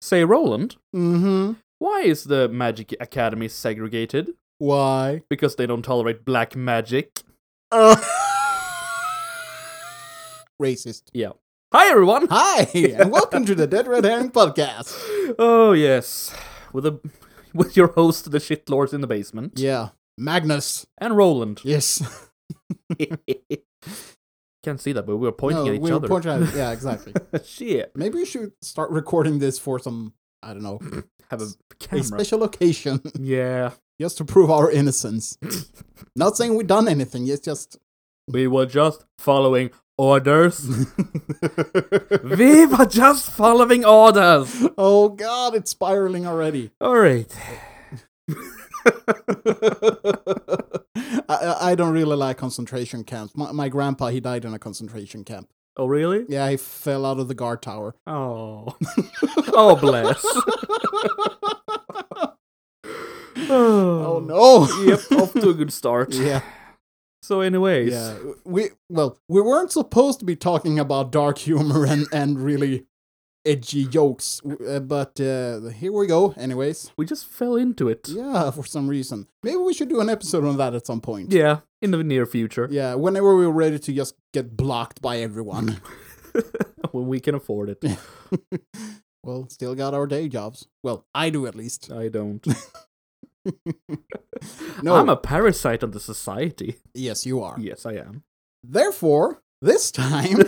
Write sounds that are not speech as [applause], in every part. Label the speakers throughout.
Speaker 1: Say, Roland,
Speaker 2: Mm-hmm.
Speaker 1: why is the Magic Academy segregated?
Speaker 2: Why?
Speaker 1: Because they don't tolerate black magic.
Speaker 2: [laughs] Racist.
Speaker 1: Yeah. Hi, everyone!
Speaker 2: Hi, and welcome to the Dead Red Herring Podcast.
Speaker 1: Oh, yes. With a. With your host, the shitlords in the basement,
Speaker 2: Yeah. Magnus.
Speaker 1: and
Speaker 2: [laughs]
Speaker 1: Roland.
Speaker 2: Yes.
Speaker 1: Can't see that, but we were pointing
Speaker 2: No,
Speaker 1: at each
Speaker 2: we were
Speaker 1: other.
Speaker 2: pointing at-
Speaker 1: [laughs]
Speaker 2: yeah, exactly.
Speaker 1: Shit.
Speaker 2: Maybe we should start recording this for some, I don't know,
Speaker 1: Have a
Speaker 2: a
Speaker 1: camera.
Speaker 2: special occasion [laughs]
Speaker 1: Yeah.
Speaker 2: just to prove
Speaker 1: [laughs]
Speaker 2: our innocence. Not saying we done anything, it's just. [laughs]
Speaker 1: We were just following orders. we were just following orders.
Speaker 2: oh god, it's spiraling already.
Speaker 1: All right.
Speaker 2: [laughs] I- I, I don't really like concentration camps. My, my grandpa, he died in a concentration camp.
Speaker 1: Oh, really?
Speaker 2: Yeah, he fell out of the guard tower.
Speaker 1: Oh. oh, bless.
Speaker 2: Oh no!
Speaker 1: [laughs]
Speaker 2: [laughs]
Speaker 1: Yep, off to a good start.
Speaker 2: yeah,
Speaker 1: So, anyways,
Speaker 2: yeah. We well, we weren't supposed to be talking about dark humor and and really edgy jokes, w- uh, but uh, here we go. Anyways,
Speaker 1: we just fell into it.
Speaker 2: yeah, for some reason, maybe we should do an episode on that at some point.
Speaker 1: Yeah, in the near future,
Speaker 2: Yeah, whenever we're ready to just get blocked by everyone.
Speaker 1: when we can afford it.
Speaker 2: well, still got our day jobs. Well, I do at least.
Speaker 1: I don't.
Speaker 2: [laughs] No,
Speaker 1: I'm a parasite on the society.
Speaker 2: yes, you are.
Speaker 1: Yes, I am.
Speaker 2: Therefore, this
Speaker 1: [laughs]
Speaker 2: time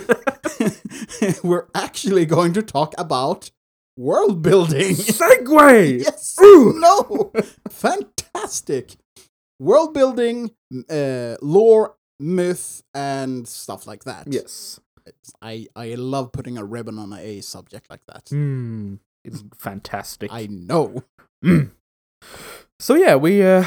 Speaker 2: [laughs] we're actually going to talk about world building.
Speaker 1: Segway!
Speaker 2: [laughs] yes.
Speaker 1: Ooh. [laughs]
Speaker 2: No. Fantastic. World building, m- uh, lore, myth, and stuff like that.
Speaker 1: Yes.
Speaker 2: It's- I I love putting a ribbon on a subject like that.
Speaker 1: Mm, it's fantastic.
Speaker 2: I know.
Speaker 1: So yeah, we uh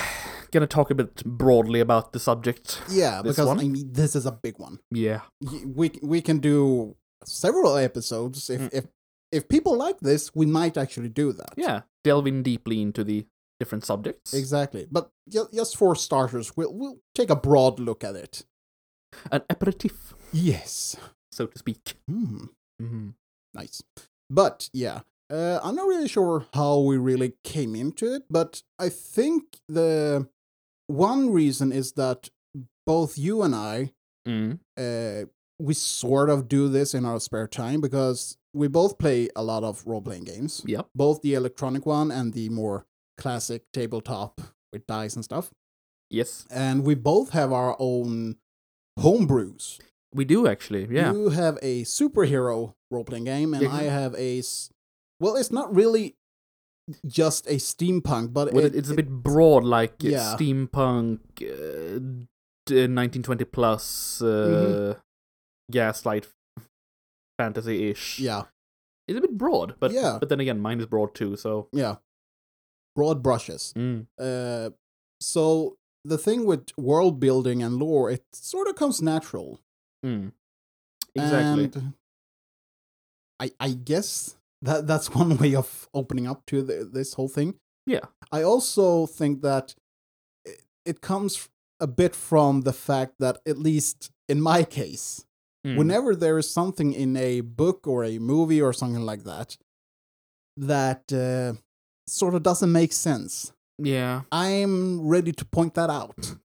Speaker 1: gonna talk a bit broadly about the subject.
Speaker 2: Yeah,
Speaker 1: This
Speaker 2: because
Speaker 1: one?
Speaker 2: I mean this is a big one.
Speaker 1: Yeah.
Speaker 2: Y- We we can do several episodes if
Speaker 1: Mm.
Speaker 2: if if people like this, we might actually do that.
Speaker 1: Yeah. Delving deeply into the different subjects.
Speaker 2: Exactly. But ju- just for starters, we'll, we'll take a broad look at it.
Speaker 1: An aperitif,
Speaker 2: Yes.
Speaker 1: so to speak.
Speaker 2: Hmm.
Speaker 1: Mm.
Speaker 2: Nice. But yeah, uh, I'm not really sure how we really came into it, but I think the one reason is that both you and I,
Speaker 1: Mm.
Speaker 2: uh, we sort of do this in our spare time because we both play a lot of role playing games,
Speaker 1: Yep.
Speaker 2: both the electronic one and the more classic tabletop with dice and stuff.
Speaker 1: Yes.
Speaker 2: and we both have our own homebrews.
Speaker 1: We do actually. Yeah.
Speaker 2: You have a superhero role playing game, and
Speaker 1: Yeah.
Speaker 2: I have a. s- Well, it's not really just a steampunk, but
Speaker 1: well,
Speaker 2: it-
Speaker 1: it, it's a
Speaker 2: it-
Speaker 1: bit broad, like uh,
Speaker 2: Yeah.
Speaker 1: steampunk, uh, d- 1920 plus, uh,
Speaker 2: Mhm.
Speaker 1: gaslight fantasy ish.
Speaker 2: Yeah,
Speaker 1: It's a bit broad, but
Speaker 2: Yeah.
Speaker 1: but then again, mine is broad too. So.
Speaker 2: yeah. Broad brushes.
Speaker 1: Mm.
Speaker 2: Uh, so the thing with world building and lore, it sort of comes natural.
Speaker 1: Mm. Exactly.
Speaker 2: And I I guess that that's [laughs] one way of opening up to the, this whole thing.
Speaker 1: Yeah.
Speaker 2: I also think that it, it comes a bit from the fact that at least in my case,
Speaker 1: Mm.
Speaker 2: whenever there is something in a book or a movie or something like that that uh, sort of doesn't make sense,
Speaker 1: Yeah.
Speaker 2: I'm ready to point
Speaker 1: [laughs]
Speaker 2: that out.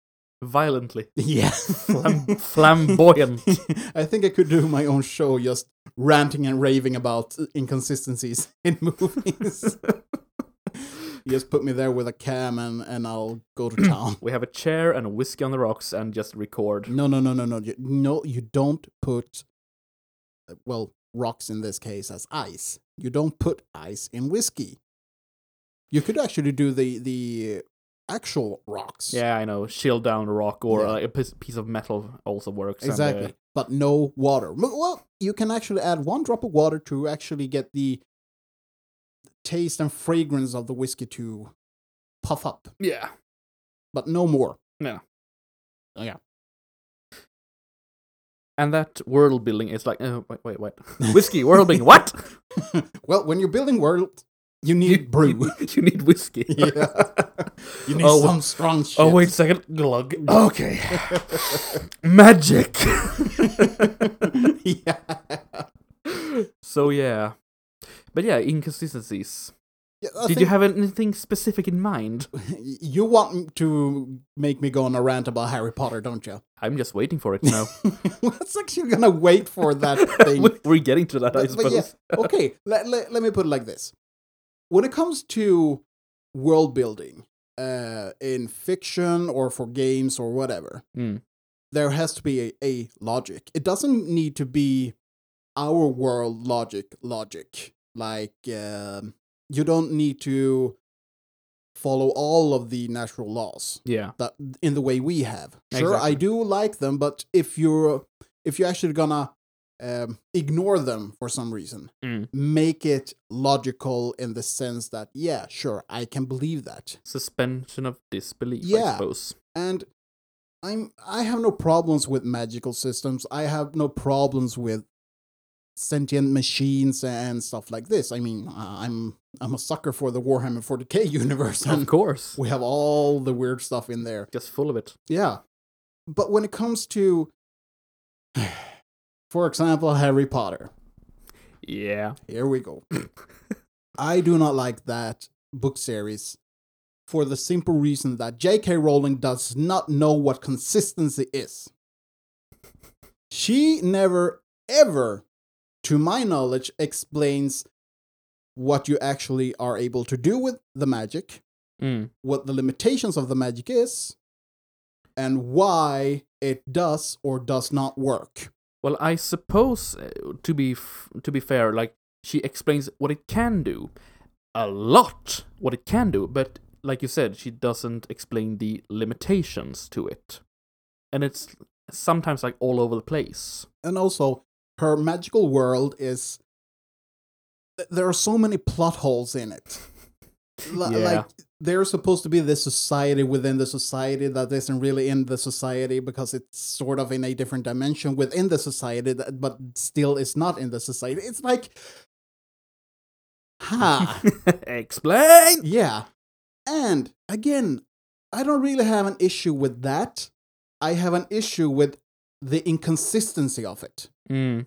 Speaker 1: Violently.
Speaker 2: [laughs] Yeah.
Speaker 1: Flam- flamboyant.
Speaker 2: [laughs] I think I could do my own show just ranting and raving about inconsistencies [laughs] in movies. just put me there with a cam and, and I'll go to town.
Speaker 1: We have a chair and a whiskey on the rocks and just record.
Speaker 2: No, no, no, no, no. You, no, you don't put, uh, well, rocks in this case as ice. You don't put ice in whiskey. You could actually do the the actual rocks.
Speaker 1: Yeah, I know. Shield down a rock or
Speaker 2: Yeah.
Speaker 1: uh, a piece, piece of metal also works. and, uh,
Speaker 2: Exactly. But no water. M- Well, you can actually add one drop of water to actually get the taste and fragrance of the whiskey to puff up,
Speaker 1: yeah.
Speaker 2: but no more.
Speaker 1: And that world building is like, oh, wait, wait,
Speaker 2: [laughs]
Speaker 1: wait. Whiskey, world building, what?
Speaker 2: well, when you're building world, you [laughs] need [laughs] brew.
Speaker 1: [laughs] You, you need whiskey.
Speaker 2: [laughs] Yeah. You need
Speaker 1: oh,
Speaker 2: some strong shit.
Speaker 1: oh, wait
Speaker 2: [laughs]
Speaker 1: a second. Glug. Okay. [laughs] Magic. [laughs]
Speaker 2: yeah.
Speaker 1: so, yeah. But yeah, inconsistencies.
Speaker 2: Yeah, I
Speaker 1: Did
Speaker 2: think
Speaker 1: you have anything specific in mind?
Speaker 2: [laughs] you want m- to make me go on a rant about Harry Potter, don't you? [laughs]
Speaker 1: I'm just waiting for it now.
Speaker 2: What's actually gonna wait for that [laughs] thing?
Speaker 1: We- [laughs] We're getting to that, I
Speaker 2: But- but
Speaker 1: suppose.
Speaker 2: yeah, [laughs] okay, let, let, let me put it like this. When it comes to world building uh, in fiction or for games or whatever,
Speaker 1: Mm.
Speaker 2: there has to be a, a logic. It doesn't need to be our world logic, logic. Like, um, you don't need to follow all of the natural laws
Speaker 1: Yeah.
Speaker 2: that in the way we have. Sure, I
Speaker 1: Exactly.
Speaker 2: do like them, but if you're if you're actually gonna um, ignore them for some reason,
Speaker 1: Mm.
Speaker 2: make it logical in the sense that yeah, sure, I can believe that,
Speaker 1: Suspension of disbelief, I
Speaker 2: Yeah.
Speaker 1: suppose.
Speaker 2: and I'm I have no problems with magical systems. I have no problems with sentient machines and stuff like this. I mean, I- I'm I'm a sucker for the Warhammer 40k [laughs] universe,
Speaker 1: Of
Speaker 2: and
Speaker 1: course.
Speaker 2: we have all the weird stuff in there.
Speaker 1: Just full of it.
Speaker 2: Yeah. But when it comes to, [sighs] for example, Harry Potter,
Speaker 1: Yeah.
Speaker 2: here we go. I do not like that book series for the simple reason that J.K. Rowling does not know what consistency is. She never, ever, to my knowledge, explains what you actually are able to do with the magic
Speaker 1: Mm.
Speaker 2: what the limitations of the magic is and why it does or does not work.
Speaker 1: Well, I suppose uh, to be f- to be fair, like she explains what it can do, a lot what it can do, but like you said, she doesn't explain the limitations to it, and it's sometimes like all over the place.
Speaker 2: And also, her magical world is. th- There are so many plot holes in it. L-
Speaker 1: Yeah.
Speaker 2: Like, there's supposed to be this society within the society that isn't really in the society because it's sort of in a different dimension within the society, that, but still is not in the society. It's like. Ha!
Speaker 1: [laughs] Explain.
Speaker 2: Yeah. And again, I don't really have an issue with that. I have an issue with the inconsistency of it.
Speaker 1: Mm.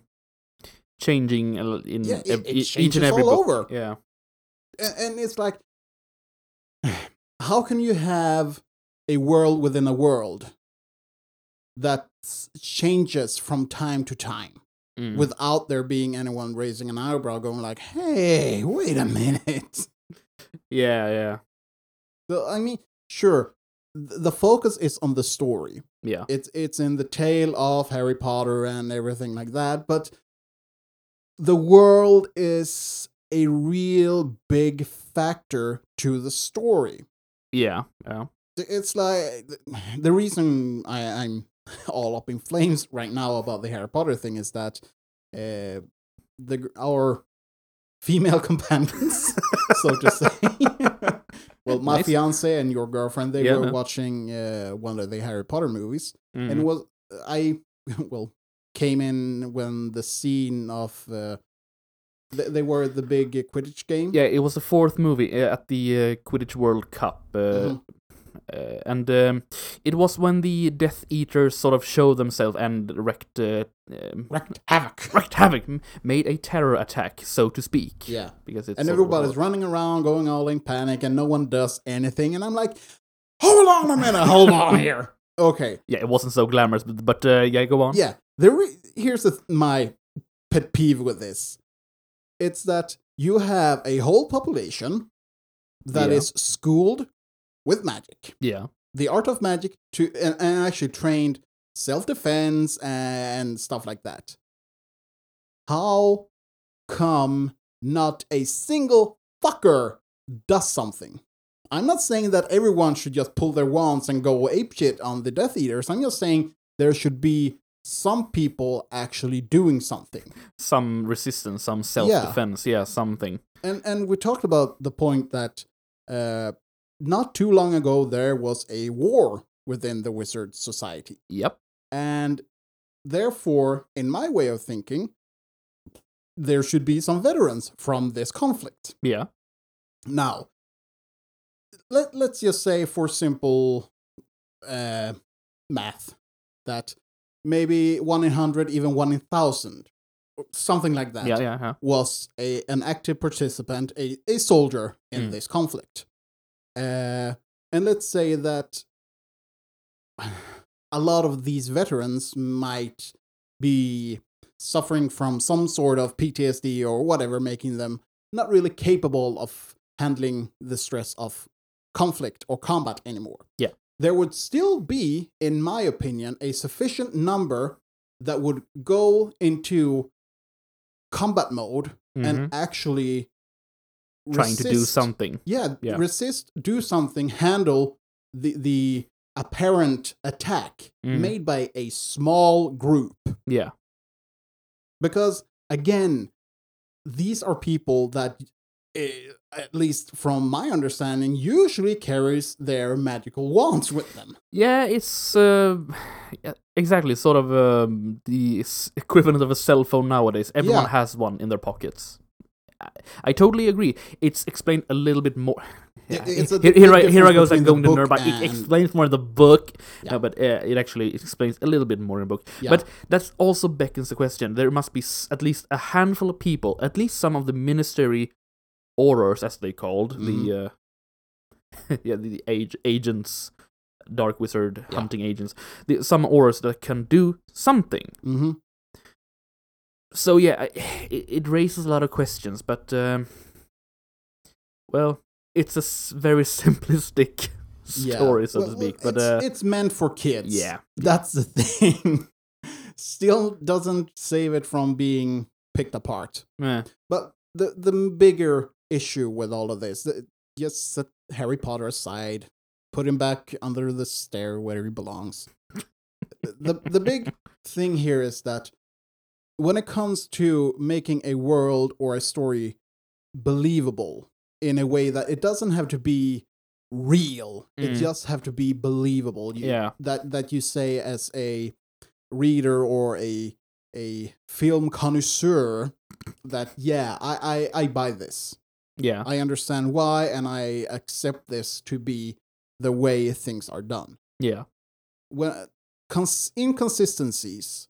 Speaker 1: Changing a l- in
Speaker 2: Yeah, it-
Speaker 1: ev-
Speaker 2: it
Speaker 1: e- each
Speaker 2: changes
Speaker 1: and every
Speaker 2: all
Speaker 1: book.
Speaker 2: over.
Speaker 1: Yeah.
Speaker 2: A- And it's like, [sighs] how can you have a world within a world that s- changes from time to time
Speaker 1: Mm.
Speaker 2: without there being anyone raising an eyebrow going like, hey, wait a minute. [laughs]
Speaker 1: yeah, yeah,
Speaker 2: So, I mean, sure, th- the focus is on the story.
Speaker 1: yeah.
Speaker 2: it's it's in the tale of Harry Potter and everything like that, but the world is a real big factor to the story.
Speaker 1: Yeah,
Speaker 2: [laughs]
Speaker 1: yeah.
Speaker 2: It's like the reason I, I'm [laughs] all up in flames right now about the Harry Potter thing is that uh, the gr- our female [laughs] companions, so to
Speaker 1: [laughs]
Speaker 2: say. well, my
Speaker 1: Nice.
Speaker 2: fiance and your girlfriend, they
Speaker 1: Yeah,
Speaker 2: were
Speaker 1: man.
Speaker 2: watching uh, one of the Harry Potter movies,
Speaker 1: Mm.
Speaker 2: and was I [laughs] well came in when the scene of uh, they, they were at the big Quidditch game.
Speaker 1: yeah, it was the fourth movie uh, at the uh, Quidditch World Cup, uh,
Speaker 2: Mhm.
Speaker 1: uh, and um, it was when the Death Eaters sort of showed themselves and wrecked, uh, um,
Speaker 2: wrecked havoc.
Speaker 1: wrecked havoc, m- made a terror attack, so to speak. [laughs]
Speaker 2: Yeah,
Speaker 1: because it's
Speaker 2: and
Speaker 1: sort of-
Speaker 2: everybody's running around, going all in panic, and no one does anything. And I'm like, hold on a minute, hold
Speaker 1: [laughs]
Speaker 2: on here. Okay,
Speaker 1: yeah, it wasn't so glamorous, but, but uh, yeah, go on.
Speaker 2: yeah. There, re- here's the th- my pet peeve with this. It's that you have a whole population that
Speaker 1: Yeah.
Speaker 2: is schooled with magic.
Speaker 1: yeah,
Speaker 2: the art of magic to and, and actually trained self defense and stuff like that. How come not a single fucker does something? I'm not saying that everyone should just pull their wands and go apeshit on the Death Eaters. I'm just saying there should be some people actually doing something.
Speaker 1: some resistance, some self-defense, yeah, something.
Speaker 2: And and we talked about the point that uh, not too long ago there was a war within the Wizard Society.
Speaker 1: Yep.
Speaker 2: And therefore, in my way of thinking, there should be some veterans from this conflict.
Speaker 1: Yeah.
Speaker 2: Now, let, let's just say for simple uh, math that maybe one in 100, even one in 1,000 something like that,
Speaker 1: Yeah, yeah, yeah.
Speaker 2: was a, an active participant, a, a soldier in
Speaker 1: Mm.
Speaker 2: this conflict. Uh, and let's say that [sighs] a lot of these veterans might be suffering from some sort of PTSD or whatever, making them not really capable of handling the stress of conflict or combat anymore.
Speaker 1: Yeah.
Speaker 2: There would still be, in my opinion, a sufficient number that would go into combat mode
Speaker 1: Mhm.
Speaker 2: and actually
Speaker 1: Trying to do
Speaker 2: resist-
Speaker 1: something.
Speaker 2: Yeah,
Speaker 1: Yeah.
Speaker 2: resist, do something, handle the the apparent attack
Speaker 1: Mm.
Speaker 2: made by a small group.
Speaker 1: Yeah.
Speaker 2: Because again, these are people that, eh, at least from my understanding, usually carries their magical wands with
Speaker 1: [laughs]
Speaker 2: them.
Speaker 1: Yeah, it's uh, yeah, exactly sort of um, the s- equivalent of a cell phone nowadays. Everyone
Speaker 2: Yeah.
Speaker 1: has one in their pockets. I, I totally agree. It's explained a little bit more. Yeah,
Speaker 2: it's a
Speaker 1: [laughs] here,
Speaker 2: big
Speaker 1: here, I, here I
Speaker 2: difference
Speaker 1: goes like
Speaker 2: between the
Speaker 1: going to nerd,
Speaker 2: book
Speaker 1: but it [laughs]
Speaker 2: and-
Speaker 1: explains more in the book.
Speaker 2: Yeah.
Speaker 1: No, but uh, it actually explains a little bit more in the book.
Speaker 2: Yeah.
Speaker 1: But that also beckons the question: there must be s- at least a handful of people, at least some of the ministry orers, as they called
Speaker 2: Mm-hmm.
Speaker 1: the uh, [laughs] yeah the, the age agents, dark wizard
Speaker 2: Yeah.
Speaker 1: hunting agents, the, some orers that can do something.
Speaker 2: hmm
Speaker 1: So yeah, I, [sighs] it, it raises a lot of questions, but um, well, it's a s- very [laughs] simplistic story, so to
Speaker 2: Well,
Speaker 1: speak. But
Speaker 2: it's,
Speaker 1: uh,
Speaker 2: it's meant for kids.
Speaker 1: yeah.
Speaker 2: that's the [laughs] thing. Still doesn't save it from being picked apart.
Speaker 1: eh.
Speaker 2: But the the bigger issue with all of this, the, just set Harry Potter aside, put him back under the stair where he belongs. the The big thing here is that when it comes to making a world or a story believable in a way that it doesn't have to be real, it
Speaker 1: Mm.
Speaker 2: just have to be believable. You-
Speaker 1: Yeah.
Speaker 2: that that you say as a reader or a a film connoisseur that yeah I, I i buy this
Speaker 1: yeah,
Speaker 2: i understand why and i accept this to be the way things are done
Speaker 1: yeah,
Speaker 2: when cons- inconsistencies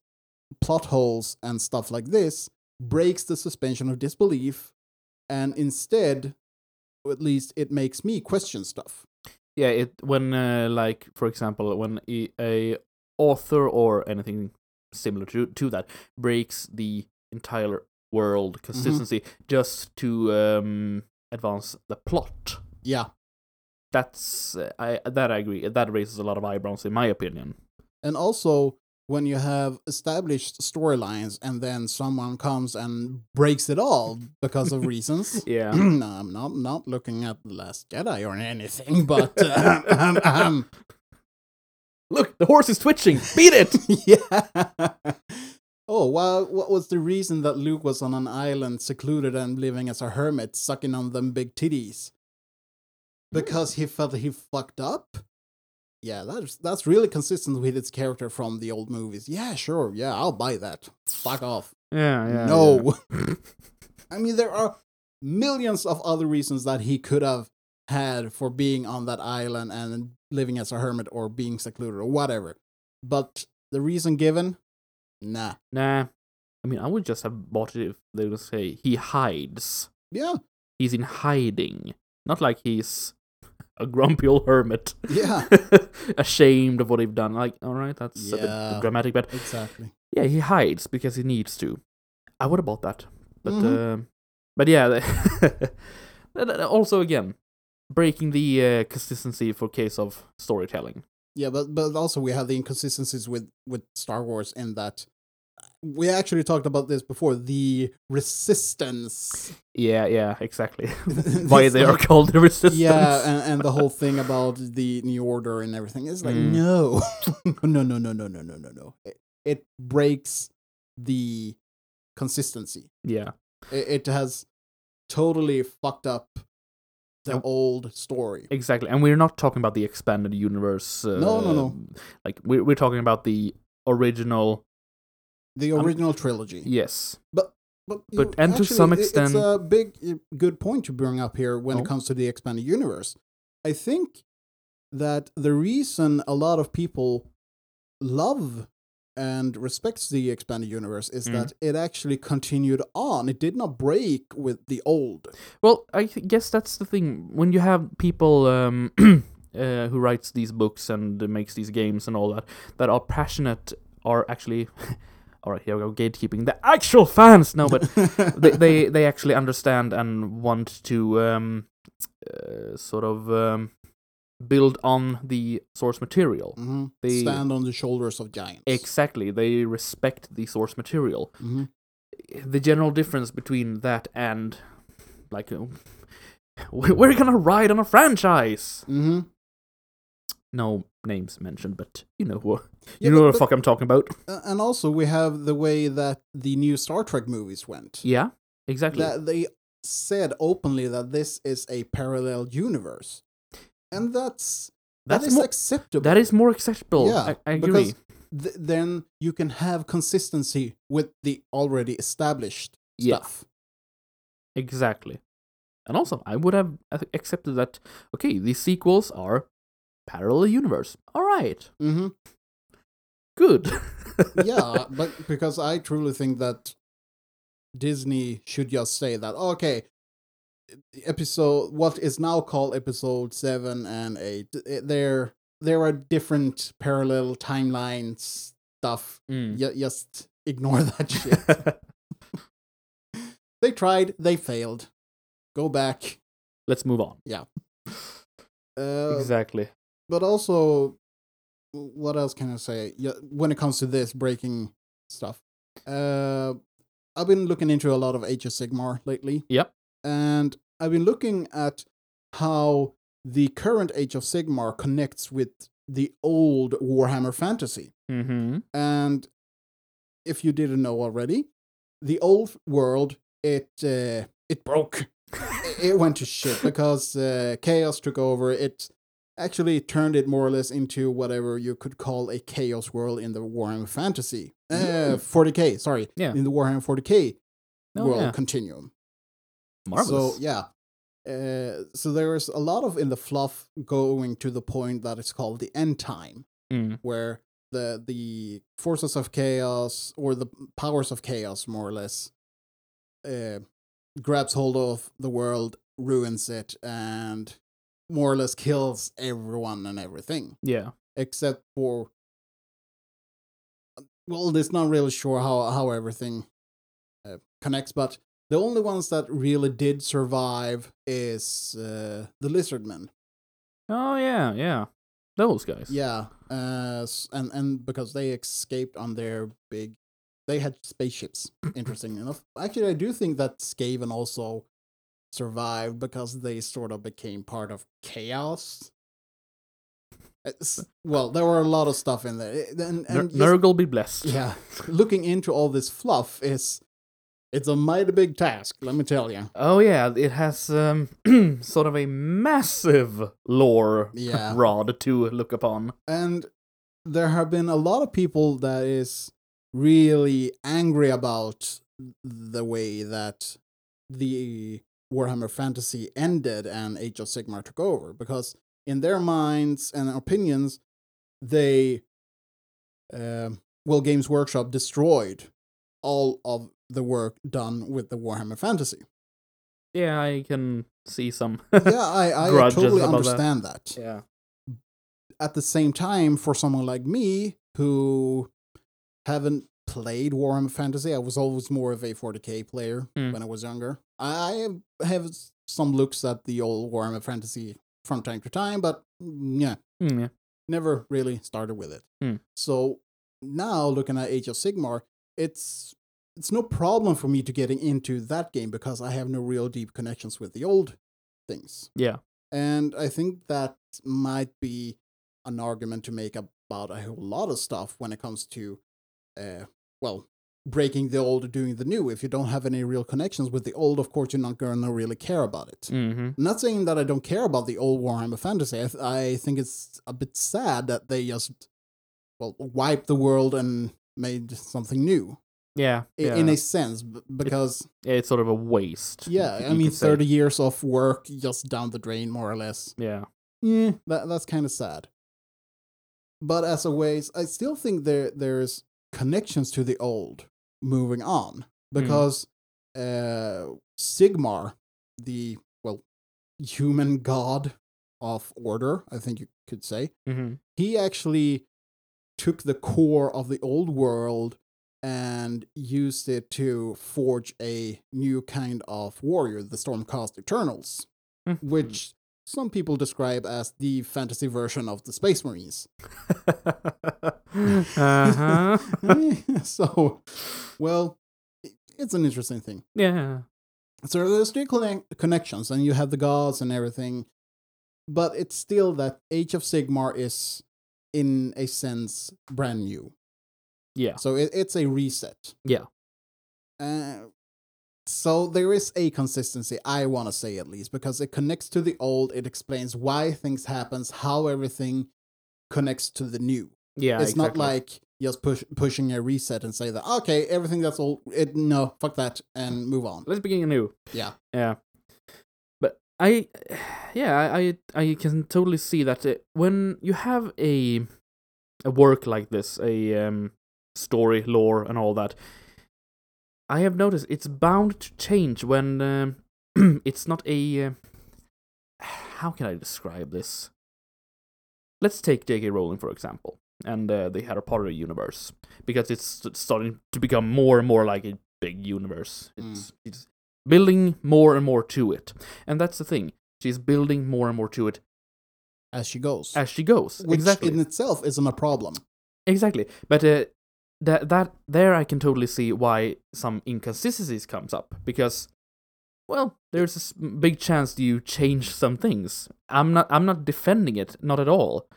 Speaker 2: plot holes and stuff like this breaks the suspension of disbelief and instead or at least it makes me question stuff
Speaker 1: yeah. It when uh, like for example when a, a author or anything similar to to that breaks the entire world consistency just to um, advance the plot.
Speaker 2: yeah
Speaker 1: That's uh, I that I agree. That raises a lot of eyebrows in my opinion.
Speaker 2: And also, when you have established storylines and then someone comes and breaks it all because of reasons.
Speaker 1: [laughs]
Speaker 2: [clears throat]
Speaker 1: Yeah.
Speaker 2: No, I'm not not looking at the Last Jedi or anything, but uh, [laughs] um, um,
Speaker 1: [clears throat] Look, the horse is twitching. Beat it.
Speaker 2: [laughs] yeah. Oh well, what was the reason that Luke was on an island, secluded and living as a hermit, sucking on them big titties? Because he felt he fucked up. Yeah, that's that's really consistent with its character from the old movies. Yeah, sure. Yeah, I'll buy that. Fuck off.
Speaker 1: yeah, yeah.
Speaker 2: no. [laughs] I mean, there are millions of other reasons that he could have had for being on that island and living as a hermit or being secluded or whatever. But the reason given, nah.
Speaker 1: yeah. Nah. I mean, I would just have bought it if they would say he hides. [laughs]
Speaker 2: Yeah,
Speaker 1: He's in hiding. Not like he's a grumpy old hermit,
Speaker 2: yeah,
Speaker 1: [laughs] ashamed of what he've done. Like, all right, that's a
Speaker 2: Yeah.
Speaker 1: bit dramatic, but
Speaker 2: exactly.
Speaker 1: yeah, he hides because he needs to. I would have bought that, but
Speaker 2: Mhm.
Speaker 1: um but yeah. [laughs] the- and, uh, also, again, breaking the uh, consistency for case of storytelling.
Speaker 2: Yeah, but but also we have the inconsistencies with with Star Wars in that we actually talked about this before. The resistance,
Speaker 1: Yeah, yeah,
Speaker 2: [laughs]
Speaker 1: exactly. [laughs] Why
Speaker 2: It's
Speaker 1: they are
Speaker 2: like-
Speaker 1: called the [laughs] resistance?
Speaker 2: Yeah, and, and the whole thing about the New Order and everything is like,
Speaker 1: Mm.
Speaker 2: no, [laughs] no, no, no, no, no, no, no, no. It, it breaks the consistency.
Speaker 1: yeah,
Speaker 2: It, it has totally fucked up the
Speaker 1: And-
Speaker 2: old story.
Speaker 1: exactly. And we're not talking about the expanded universe. Uh,
Speaker 2: No, no, no.
Speaker 1: Like we're we're talking about the original.
Speaker 2: The
Speaker 1: I'm-
Speaker 2: original trilogy.
Speaker 1: Yes.
Speaker 2: But,
Speaker 1: But- and to some
Speaker 2: it-
Speaker 1: extent-
Speaker 2: it's a big, uh, good point you bring up here when
Speaker 1: Oh.
Speaker 2: it comes to the expanded universe. I think that the reason a lot of people love and respects the expanded universe
Speaker 1: Mm.
Speaker 2: is that it actually continued on. It did not break with the old. [laughs]
Speaker 1: Well, I th- guess that's the thing. When you have people um, [clears throat] uh, who writes these books and uh, makes these games and all that that are passionate, are actually, [laughs] all right, here we go, gatekeeping. The actual fans, no, but
Speaker 2: Mm-hmm.
Speaker 1: they, they they actually understand and want to um, uh, sort of um, build on the source material.
Speaker 2: Mhm.
Speaker 1: They-
Speaker 2: stand on the shoulders of giants.
Speaker 1: Exactly, they respect the source material.
Speaker 2: Mhm.
Speaker 1: the general difference between that and like you know, we- we're gonna ride on a franchise
Speaker 2: Mhm.
Speaker 1: no names mentioned but you know what
Speaker 2: Yeah,
Speaker 1: you know
Speaker 2: but-
Speaker 1: what the
Speaker 2: but-
Speaker 1: fuck i'm talking about
Speaker 2: Uh, and also we have the way that the new Star Trek movies went.
Speaker 1: yeah exactly
Speaker 2: That they said openly that this is a parallel universe, and that's that's
Speaker 1: that's more
Speaker 2: acceptable.
Speaker 1: that is more acceptable
Speaker 2: Yeah,
Speaker 1: I, I agree
Speaker 2: because th- then you can have consistency with the already established
Speaker 1: Yeah.
Speaker 2: stuff.
Speaker 1: exactly and also i would have ac- accepted that okay these sequels are parallel universe all right
Speaker 2: hmm
Speaker 1: good [laughs]
Speaker 2: yeah, [laughs] but because I truly think that Disney should just say that okay, episode what is now called episode seven and eight, eh, there there are different parallel timelines stuff.
Speaker 1: Mm.
Speaker 2: Ju- just ignore [laughs] that shit. they tried, they failed. Go back.
Speaker 1: let's move on
Speaker 2: Uh,
Speaker 1: exactly
Speaker 2: but also what else can i say yeah, when it comes to this breaking stuff uh i've been looking into a lot of age of sigmar lately
Speaker 1: Yep.
Speaker 2: and i've been looking at how the current age of sigmar connects with the old warhammer fantasy
Speaker 1: mm-hmm
Speaker 2: and if you didn't know already the old world it uh, it broke it went to shit because uh, chaos took over it actually turned it more or less into whatever you could call a chaos world in the warhammer fantasy uh,
Speaker 1: Mm.
Speaker 2: 40k sorry
Speaker 1: Yeah.
Speaker 2: in the warhammer 40k
Speaker 1: Oh,
Speaker 2: world
Speaker 1: yeah.
Speaker 2: continuum
Speaker 1: marvelous
Speaker 2: so yeah uh, so there is a lot of in the fluff going to the point that it's called the end time
Speaker 1: Mm.
Speaker 2: where the the forces of chaos or the powers of chaos more or less uh, grabs hold of the world ruins it and more or less kills everyone and everything
Speaker 1: yeah
Speaker 2: except for well it's not really sure how how everything uh, connects but the only ones that really did survive is uh, the lizardmen
Speaker 1: Oh yeah, yeah. Those guys.
Speaker 2: Yeah, uh, s- and and because they escaped on their big, they had spaceships. interesting enough, actually, I do think that Skaven also survived because they sort of became part of chaos. It's, well, there were a lot of stuff in there, It- and,
Speaker 1: Ner-
Speaker 2: and just-
Speaker 1: Nurgle be blessed.
Speaker 2: yeah, looking into all this fluff is it's a mighty big task. Let me tell you.
Speaker 1: Oh yeah, it has um, [clears throat] sort of a massive lore
Speaker 2: Yeah.
Speaker 1: rod to look upon.
Speaker 2: and there have been a lot of people that is really angry about the way that the Warhammer Fantasy ended and Age of Sigmar took over because in their minds and opinions they um well Games Workshop destroyed all of the work done with the Warhammer
Speaker 1: [laughs]
Speaker 2: Fantasy.
Speaker 1: Yeah, I can see some. [laughs]
Speaker 2: Yeah, I, I
Speaker 1: Grudges
Speaker 2: totally
Speaker 1: about that.
Speaker 2: understand that.
Speaker 1: yeah.
Speaker 2: at the same time, for someone like me who haven't played Warhammer Fantasy, I was always more of a 40k player
Speaker 1: Hmm.
Speaker 2: when I was younger. I have some looks at the old Warhammer Fantasy from time to time, but mm, yeah,
Speaker 1: Mm, yeah.
Speaker 2: never really started with it.
Speaker 1: Hmm.
Speaker 2: So now looking at Age of Sigmar, it's it's no problem for me to getting into that game because I have no real deep connections with the old things.
Speaker 1: Yeah.
Speaker 2: And I think that might be an argument to make about a whole lot of stuff when it comes to, uh, well, breaking the old, doing the new. If you don't have any real connections with the old, of course, you're not going to really care about it.
Speaker 1: hmm
Speaker 2: I'm not saying that I don't care about the old Warhammer Fantasy. I, th- I think it's a bit sad that they just, well, wiped the world and made something new
Speaker 1: Yeah.
Speaker 2: i-
Speaker 1: yeah.
Speaker 2: in a sense b- because
Speaker 1: Yeah, it's sort of a waste.
Speaker 2: yeah
Speaker 1: if you
Speaker 2: i mean
Speaker 1: could say.
Speaker 2: 30 years of work just down the drain more or less
Speaker 1: Yeah.
Speaker 2: yeah, that that's kind of sad. But as always, I still think there there's connections to the old moving on because uh, Sigmar, the well, human god of order, I think you could say,
Speaker 1: Mm-hmm.
Speaker 2: he actually took the core of the old world and used it to forge a new kind of warrior, the Stormcast Eternals,
Speaker 1: Mm-hmm.
Speaker 2: which some people describe as the fantasy version of the Space Marines.
Speaker 1: [laughs]
Speaker 2: [laughs]
Speaker 1: uh-huh.
Speaker 2: so, well, it- it's an interesting thing.
Speaker 1: yeah.
Speaker 2: So there's still conne- connections, and you have the gods and everything, but it's still that Age of Sigmar is, in a sense, brand new.
Speaker 1: Yeah.
Speaker 2: So it, it's a reset.
Speaker 1: Yeah.
Speaker 2: Uh, so there is a consistency, I want to say at least, because it connects to the old. It explains why things happens, how everything connects to the new.
Speaker 1: Yeah.
Speaker 2: it's not
Speaker 1: exactly.
Speaker 2: like just push, pushing a reset and say that okay, everything that's old. It, no, fuck that, and move on.
Speaker 1: let's begin anew.
Speaker 2: Yeah.
Speaker 1: Yeah. But I, yeah, I, I I can totally see that uh, when you have a, a work like this, a um, story, lore, and all that, I have noticed it's bound to change when um, [clears throat] it's not a. Uh, how can I describe this? Let's take J.K. Rowling for example, and uh, the Harry Potter universe, because it's starting to become more and more like a big universe.
Speaker 2: Mm.
Speaker 1: It's it's building more and more to it, and that's the thing. She's building more and more to it
Speaker 2: As she goes,
Speaker 1: as she goes.
Speaker 2: which
Speaker 1: exactly.
Speaker 2: in itself isn't a problem.
Speaker 1: Exactly, but uh, that that there I can totally see why some inconsistencies comes up because, well, there's a s- big chance you change some things. I'm not I'm not defending it, not at all.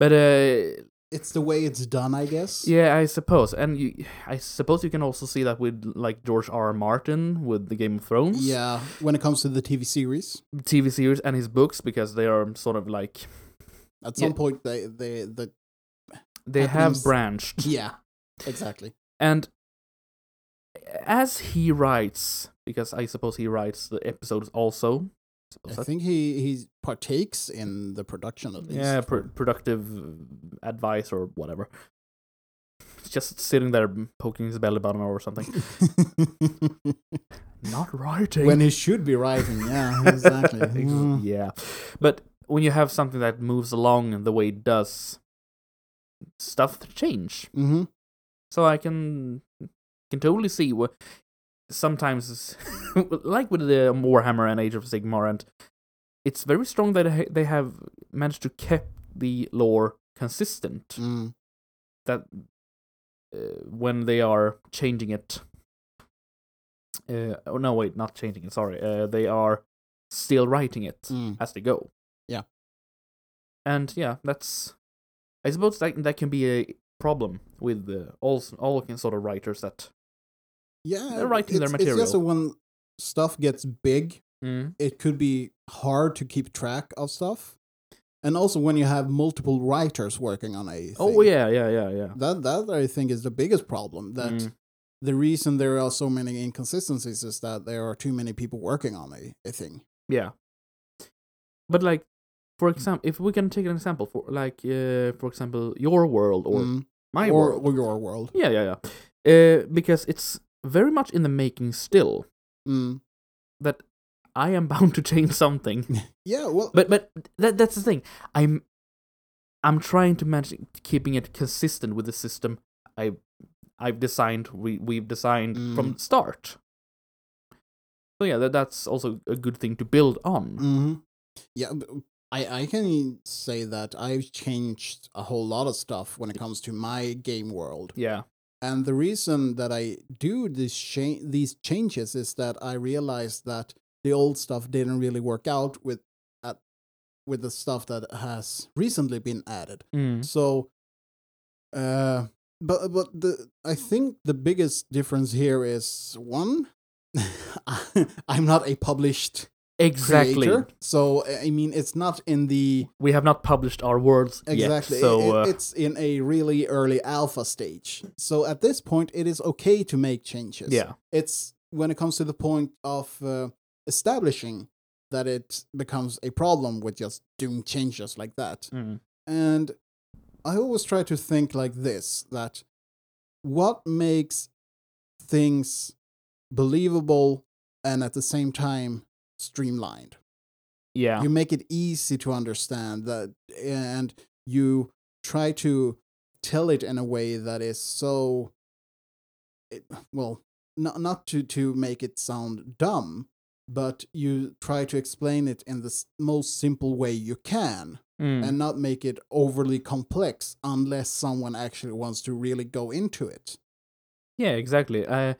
Speaker 1: But uh,
Speaker 2: It's the way it's done, I guess.
Speaker 1: yeah, I suppose, and you, I suppose you can also see that with like George R. R. Martin with the Game of Thrones,
Speaker 2: Yeah, when it comes to the TV series,
Speaker 1: TV series and his books because they are sort of like
Speaker 2: at
Speaker 1: Yeah.
Speaker 2: some point they they the
Speaker 1: they
Speaker 2: Happenings.
Speaker 1: have branched.
Speaker 2: yeah, exactly.
Speaker 1: And as he writes, because I suppose he writes the episodes also.
Speaker 2: I
Speaker 1: Suppose that-
Speaker 2: think he he partakes in the production at least.
Speaker 1: yeah, pr- productive advice or whatever. He's Just sitting there poking his belly button or something. Not writing.
Speaker 2: [laughs] when he should be writing. Yeah,
Speaker 1: [laughs]
Speaker 2: exactly.
Speaker 1: Ex-
Speaker 2: Mm.
Speaker 1: yeah. But when you have something that moves along the way it does, stuff change.
Speaker 2: Mhm.
Speaker 1: So I can can totally see what sometimes, it's- [laughs] like with the Warhammer and Age of Sigmar, and it's very strong that ha- they have managed to keep the lore consistent.
Speaker 2: Mm.
Speaker 1: That uh, when they are changing it, uh, oh no, wait, not changing it. Sorry, uh, they are still writing it
Speaker 2: Mm.
Speaker 1: as they go.
Speaker 2: Yeah.
Speaker 1: And yeah, that's. I suppose that that can be a problem with uh, all all kin- sort of writers that.
Speaker 2: Yeah,
Speaker 1: They're writing their
Speaker 2: it's- It's just
Speaker 1: material.
Speaker 2: that when stuff gets big,
Speaker 1: Mm.
Speaker 2: it could be hard to keep track of stuff, and also when you have multiple writers working on a. Thing.
Speaker 1: Oh yeah, yeah, yeah, yeah.
Speaker 2: that that I think is the biggest problem. That
Speaker 1: Mm.
Speaker 2: the reason there are so many inconsistencies is that there are too many people working on a, a thing.
Speaker 1: Yeah. But like,
Speaker 2: Mm.
Speaker 1: for example, if we can take an example for like, uh, for example, your world or
Speaker 2: Mm.
Speaker 1: my
Speaker 2: or,
Speaker 1: world.
Speaker 2: or your world.
Speaker 1: Yeah, yeah, yeah. Uh, because it's very much in the making still
Speaker 2: Mm.
Speaker 1: that I am [laughs] bound to change something.
Speaker 2: Yeah, well,
Speaker 1: But but that that's the thing. I'm I'm trying to manage keeping it consistent with the system I I've designed. We we've designed from
Speaker 2: Mm.
Speaker 1: the start. So yeah, that, that's also a good thing to build on.
Speaker 2: hmm yeah, b- I I can say that I've changed a whole lot of stuff when it comes to my game world,
Speaker 1: Yeah.
Speaker 2: and the reason that I do this cha- these changes is that I realized that the old stuff didn't really work out with at with the stuff that has recently been added.
Speaker 1: Mm.
Speaker 2: So, uh, but but the I think the biggest difference here is one, [laughs] I'm not a published
Speaker 1: Exactly.
Speaker 2: creator, so I I mean it's not in the
Speaker 1: We have not published our words
Speaker 2: exactly
Speaker 1: yet, so
Speaker 2: it-
Speaker 1: uh,
Speaker 2: it's in a really early alpha stage. So at this point, it is okay to make changes.
Speaker 1: yeah,
Speaker 2: it's when it comes to the point of uh, establishing that it becomes a problem with just doing changes like that.
Speaker 1: Mm.
Speaker 2: And I always try to think like this that what makes things believable and at the same time streamlined?
Speaker 1: Yeah.
Speaker 2: You make it easy to understand that, and you try to tell it in a way that is so, it, well, not not to to make it sound dumb, but you try to explain it in the s- most simple way you can,
Speaker 1: Mm.
Speaker 2: and not make it overly complex unless someone actually wants to really go into it.
Speaker 1: Yeah, exactly. Uh,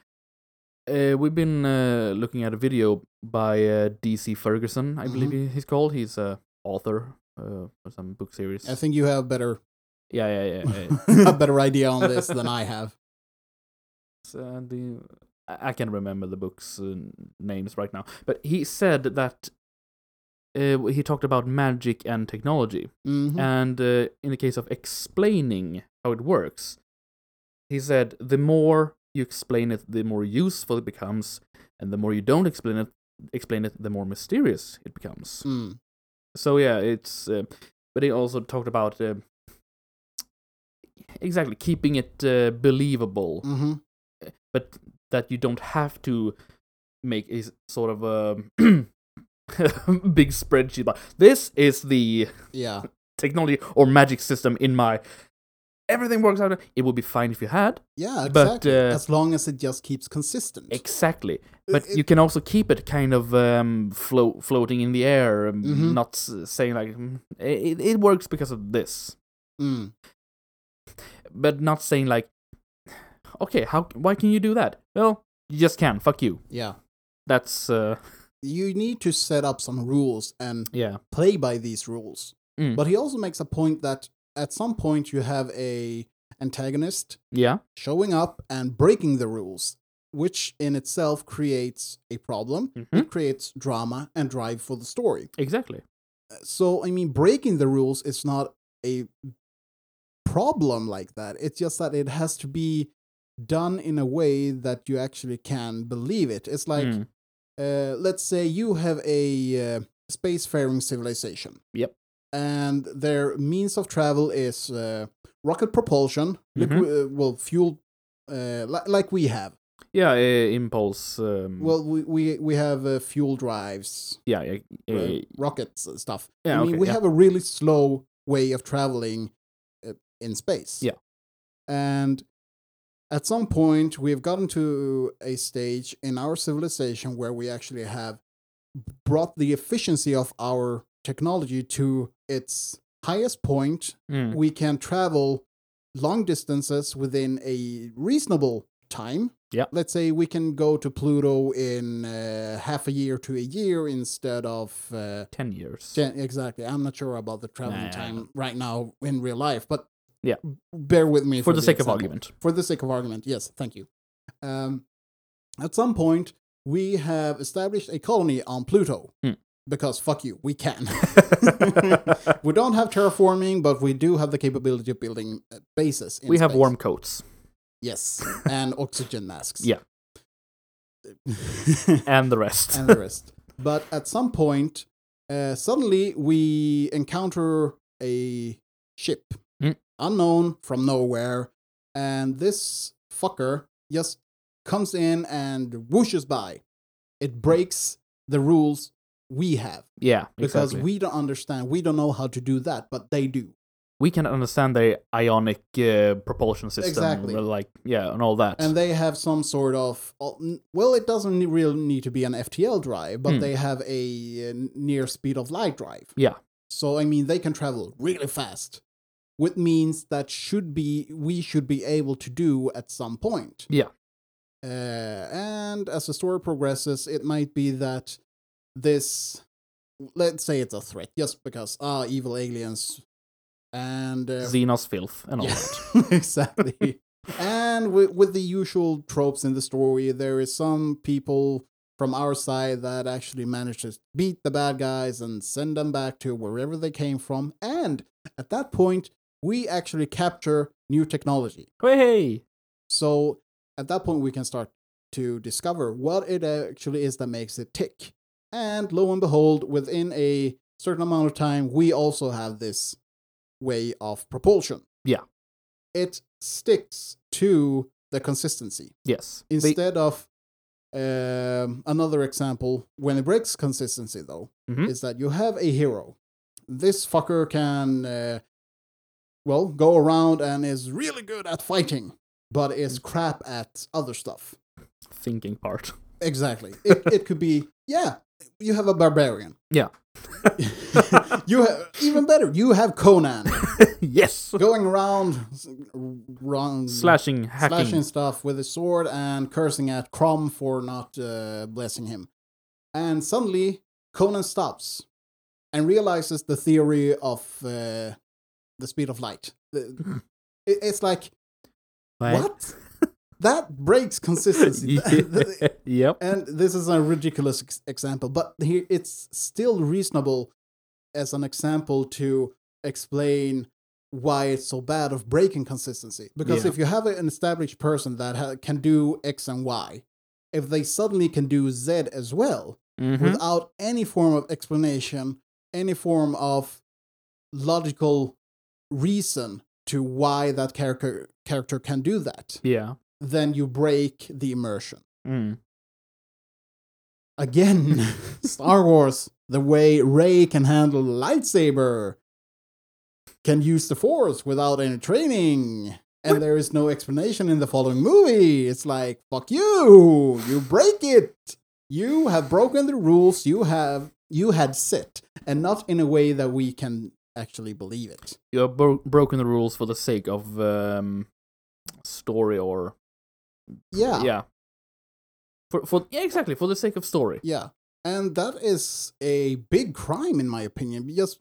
Speaker 1: uh, we've been uh, looking at a video by uh, DC Ferguson, I
Speaker 2: Mm-hmm.
Speaker 1: believe he he's called. He's a author uh, for some book series.
Speaker 2: I think you have better [laughs]
Speaker 1: yeah, yeah, yeah. yeah.
Speaker 2: a better idea on this than I have.
Speaker 1: It's, uh, the, I I can't remember the book's uh, names right now, but he said that uh, he talked about magic and technology.
Speaker 2: Mhm.
Speaker 1: And uh, in the case of explaining how it works, he said the more you explain it, the more useful it becomes, and the more you don't explain it, explain it, the more mysterious it becomes.
Speaker 2: Mm.
Speaker 1: So yeah, it's. Uh, but he also talked about uh, exactly keeping it uh, believable,
Speaker 2: Mhm.
Speaker 1: but that you don't have to make a s- sort of a [clears throat] big spreadsheet. Like this is the
Speaker 2: Yeah.
Speaker 1: technology or magic system in my everything works out it would be fine if you had
Speaker 2: Yeah,
Speaker 1: But,
Speaker 2: exactly.
Speaker 1: uh,
Speaker 2: as long as it just keeps consistent.
Speaker 1: exactly but
Speaker 2: It-
Speaker 1: you can also keep it kind of um flo- floating in the air um,
Speaker 2: Mhm.
Speaker 1: not s- saying like "Mm, it, it works because of this
Speaker 2: Mm.
Speaker 1: but not saying like [sighs] okay how why can you do that well you just can fuck you
Speaker 2: Yeah.
Speaker 1: that's uh
Speaker 2: You need to set up some rules and
Speaker 1: yeah
Speaker 2: play by these rules.
Speaker 1: Mm.
Speaker 2: But he also makes a point that at some point you have a antagonist
Speaker 1: yeah
Speaker 2: showing up and breaking the rules, which in itself creates a problem.
Speaker 1: Mhm.
Speaker 2: It creates drama and drive for the story.
Speaker 1: exactly
Speaker 2: so I mean, breaking the rules is not a problem like that. It's just that it has to be done in a way that you actually can believe it. It's like,
Speaker 1: Mm.
Speaker 2: uh, let's say you have a uh, spacefaring civilization.
Speaker 1: Yep.
Speaker 2: And their means of travel is uh, rocket propulsion, liquid, uh, well, fuel, uh, li- like we have.
Speaker 1: yeah uh, impulse um
Speaker 2: Well, we we, we have uh, fuel drives
Speaker 1: yeah yeah,
Speaker 2: uh,
Speaker 1: yeah,
Speaker 2: rockets and stuff.
Speaker 1: yeah,
Speaker 2: I mean,
Speaker 1: okay,
Speaker 2: we
Speaker 1: yeah.
Speaker 2: have a really slow way of traveling uh, in space.
Speaker 1: Yeah.
Speaker 2: And at some point, we've gotten to a stage in our civilization where we actually have brought the efficiency of our technology to its highest point.
Speaker 1: Mm.
Speaker 2: We can travel long distances within a reasonable time.
Speaker 1: Yeah.
Speaker 2: Let's say we can go to Pluto in uh, half a year to a year instead of uh,
Speaker 1: 10 years
Speaker 2: Gen- exactly. I'm not sure about the traveling
Speaker 1: Nah.
Speaker 2: time right now in real life, but
Speaker 1: Yeah.
Speaker 2: bear with me
Speaker 1: for the sake of
Speaker 2: example.
Speaker 1: argument [laughs]
Speaker 2: For the sake of argument, yes, thank you. Um, at some point, we have established a colony on Pluto
Speaker 1: Hmm.
Speaker 2: because fuck you, we
Speaker 1: [laughs]
Speaker 2: can. we don't have terraforming, but we do have the capability of building uh, bases. [laughs] In
Speaker 1: we have
Speaker 2: space.
Speaker 1: warm coats [laughs]
Speaker 2: yes, and oxygen masks. [laughs]
Speaker 1: Yeah. and the rest
Speaker 2: and the rest. But at some point, uh, suddenly we encounter a ship,
Speaker 1: Mm.
Speaker 2: unknown from nowhere, and this fucker just comes in and whooshes by. It breaks the rules we have
Speaker 1: yeah
Speaker 2: because
Speaker 1: exactly.
Speaker 2: we don't understand. We don't know how to do that, but they do.
Speaker 1: we can understand the ionic uh, propulsion system,
Speaker 2: Exactly.
Speaker 1: uh, like yeah, and all that.
Speaker 2: and they have some sort of oh, well it doesn't really need to be an ftl drive but
Speaker 1: Hmm.
Speaker 2: they have a uh, near speed of light drive
Speaker 1: Yeah.
Speaker 2: so i mean they can travel really fast with means that should be we should be able to do at some point
Speaker 1: Yeah.
Speaker 2: uh, and as the story progresses it might be that this let's say it's a threat just because ah evil aliens and uh,
Speaker 1: [laughs] Xenos filth and all
Speaker 2: yeah,
Speaker 1: that. [laughs]
Speaker 2: [laughs] exactly. and with, with the usual tropes in the story, there is some people from our side that actually manage to beat the bad guys and send them back to wherever they came from. And at that point, we actually capture new technology.
Speaker 1: Hey,
Speaker 2: So at that point, we can start to discover what it actually is that makes it tick. And lo and behold, within a certain amount of time, we also have this way of propulsion.
Speaker 1: Yeah.
Speaker 2: it sticks to the consistency
Speaker 1: Yes. They-
Speaker 2: instead of um, another example when it breaks consistency though
Speaker 1: Mhm.
Speaker 2: is that you have a hero this fucker can uh, well go around and is really good at fighting but is crap at other stuff
Speaker 1: thinking part. [laughs]
Speaker 2: exactly it, it could be [laughs] yeah you have a barbarian
Speaker 1: Yeah.
Speaker 2: [laughs] you have even better you have conan
Speaker 1: yes.
Speaker 2: going around s- round,
Speaker 1: Slashing, hacking.
Speaker 2: slashing stuff with a sword and cursing at Crom for not uh, blessing him. And suddenly, Conan stops and realizes the theory of uh, the speed of light. The- it- It's like,
Speaker 1: Hmm. Right?
Speaker 2: what? That breaks
Speaker 1: [laughs]
Speaker 2: [laughs] consistency.
Speaker 1: yep.
Speaker 2: and this is a ridiculous ex- example, but he, it's still reasonable as an example to explain why it's so bad of breaking consistency. Because
Speaker 1: Yeah.
Speaker 2: if you have an established person that ha- can do X and Y, if they suddenly can do Z as well,
Speaker 1: Mhm.
Speaker 2: without any form of explanation, any form of logical reason to why that character character can do that,
Speaker 1: Yeah.
Speaker 2: then you break the immersion
Speaker 1: Mm.
Speaker 2: again [laughs] star wars the way ray can handle a lightsaber can use the force without any training and there is no explanation in the following movie it's like fuck you you break it you have broken the rules you have you had set and not in a way that we can actually believe it
Speaker 1: You have bro- broken the rules for the sake of um, story or
Speaker 2: yeah yeah,
Speaker 1: yeah. For for yeah, exactly for the sake of story.
Speaker 2: and that is a big crime in my opinion because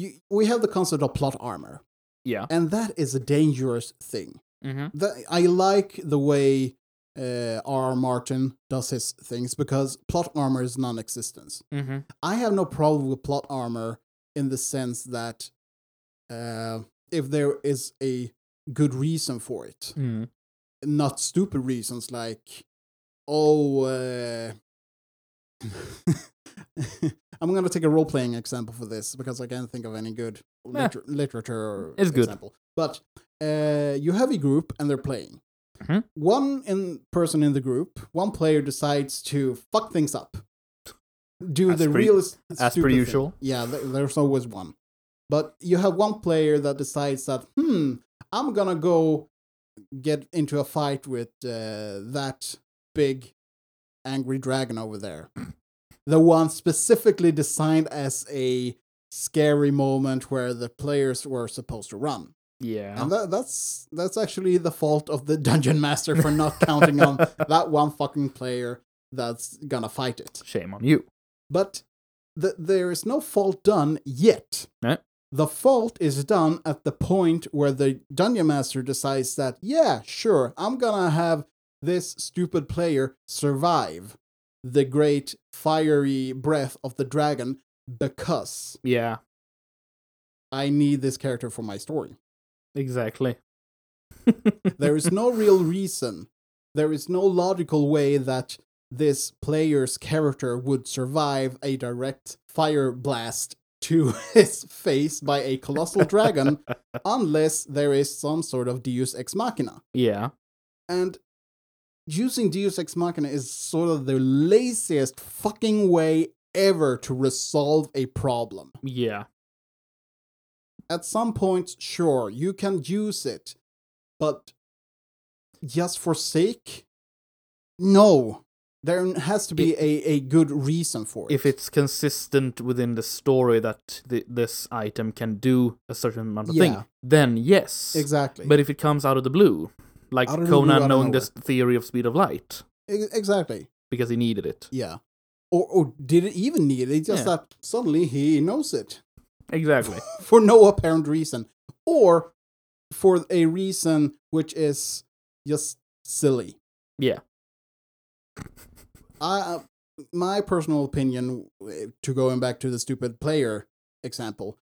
Speaker 2: you, we have the concept of plot armor
Speaker 1: Yeah.
Speaker 2: and that is a dangerous thing.
Speaker 1: Mm-hmm.
Speaker 2: That I like the way uh, R. Martin does his things because plot armor is non-existence.
Speaker 1: Mm-hmm.
Speaker 2: I have no problem with plot armor in the sense that uh, if there is a good reason for it,
Speaker 1: Mm.
Speaker 2: not stupid reasons like, oh, uh, [laughs] I'm gonna take a role playing example for this because I can't think of any good liter- literature or
Speaker 1: It's good.
Speaker 2: example. But uh, you have a group and they're playing.
Speaker 1: Mhm.
Speaker 2: One in person in the group, one player decides to fuck things up. Do
Speaker 1: As
Speaker 2: the
Speaker 1: per-
Speaker 2: real as
Speaker 1: as per usual.
Speaker 2: Yeah, th- there's always one. But you have one player that decides that hmm, I'm gonna go get into a fight with uh, that big angry dragon over
Speaker 1: [clears throat]
Speaker 2: there. The one specifically designed as a scary moment where the players were supposed to run.
Speaker 1: Yeah.
Speaker 2: And that, that's that's actually the fault of the dungeon master for not counting
Speaker 1: [laughs]
Speaker 2: on that one fucking player that's gonna fight it.
Speaker 1: Shame on you.
Speaker 2: But th- there is no fault done yet.
Speaker 1: No.
Speaker 2: The fault is done at the point where the dungeon master decides that, yeah, sure, I'm gonna have this stupid player survive the great fiery breath of the dragon because
Speaker 1: Yeah.
Speaker 2: I need this character for my story.
Speaker 1: Exactly.
Speaker 2: There is no real reason. There is no logical way that this player's character would survive a direct fire blast to [laughs] his face by a colossal dragon unless there is some sort of deus ex machina.
Speaker 1: Yeah.
Speaker 2: And using deus ex machina is sort of the laziest fucking way ever to resolve a problem
Speaker 1: Yeah.
Speaker 2: at some point, sure, you can use it, but just for sake? No. There has to be a, a good reason for it.
Speaker 1: If it's consistent within the story that th- this item can do a certain amount of
Speaker 2: Yeah.
Speaker 1: thing, then yes.
Speaker 2: exactly.
Speaker 1: But if it comes out of the blue, like
Speaker 2: Out of the blue, out
Speaker 1: Conan
Speaker 2: of
Speaker 1: knowing
Speaker 2: nowhere.
Speaker 1: this theory of speed of light
Speaker 2: E- exactly.
Speaker 1: because he needed
Speaker 2: [laughs]
Speaker 1: it.
Speaker 2: Yeah. Or, or did it even need it? It's just
Speaker 1: Yeah.
Speaker 2: that suddenly he knows it
Speaker 1: Exactly.
Speaker 2: for no apparent reason. Or for a reason which is just silly.
Speaker 1: Yeah.
Speaker 2: I, uh, my personal opinion, uh, to going back to the stupid player example,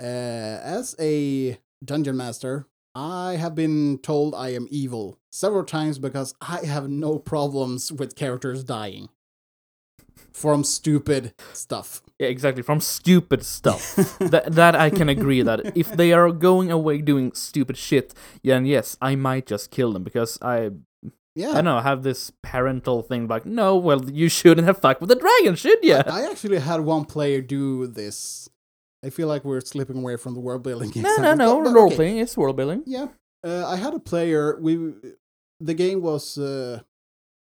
Speaker 2: uh, as a dungeon master, I have been told I am evil several times because I have no problems with characters dying. from stupid stuff.
Speaker 1: Yeah, exactly. From stupid
Speaker 2: [laughs]
Speaker 1: stuff. that that I can agree that if they are going away doing stupid shit, then yes, I might just kill them because I
Speaker 2: Yeah.
Speaker 1: I don't know, I have this parental thing like, no, well, you shouldn't have fucked with the dragon, should
Speaker 2: [laughs]
Speaker 1: you?
Speaker 2: I actually had one player do this. I feel like we're slipping away from the world building.
Speaker 1: No, no,
Speaker 2: example,
Speaker 1: no.
Speaker 2: but- but
Speaker 1: Role
Speaker 2: okay.
Speaker 1: playing is world building.
Speaker 2: Yeah, uh, I had a player. We the game was uh,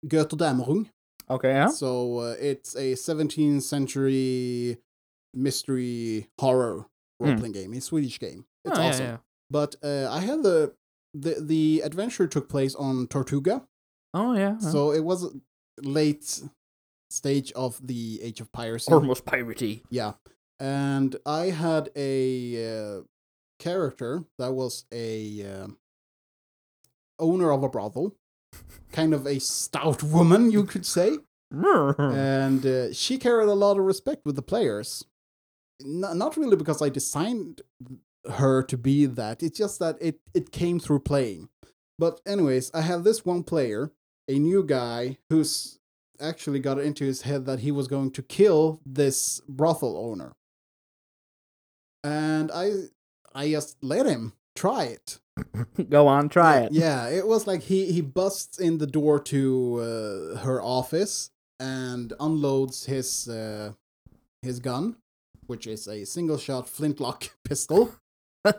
Speaker 2: Götterdämmerung,
Speaker 1: Okay, yeah.
Speaker 2: so uh, it's a 17th century mystery horror role playing game. It's a Swedish game. It's
Speaker 1: Hmm. Oh, yeah,
Speaker 2: awesome.
Speaker 1: yeah.
Speaker 2: But uh, I had the the the adventure took place on Tortuga,
Speaker 1: Oh yeah. yeah.
Speaker 2: so it was late stage of the Age of
Speaker 1: [laughs]
Speaker 2: Piracy.
Speaker 1: Almost piracy.
Speaker 2: Yeah. And I had a uh, character that was a um owner of a brothel, kind of a stout woman, you could say.
Speaker 1: Hmm.
Speaker 2: and uh, she carried a lot of respect with the players. N- not really because I designed her to be that, it's just that it, it came through playing. But, anyways, I have this one player, a new guy, who's actually got it into his head that he was going to kill this brothel owner. And I I just let him try it.
Speaker 1: Go on, try it.
Speaker 2: Yeah, it was like he he busts in the door to uh, her office and unloads his uh, his gun, which is a single shot flintlock [laughs] pistol.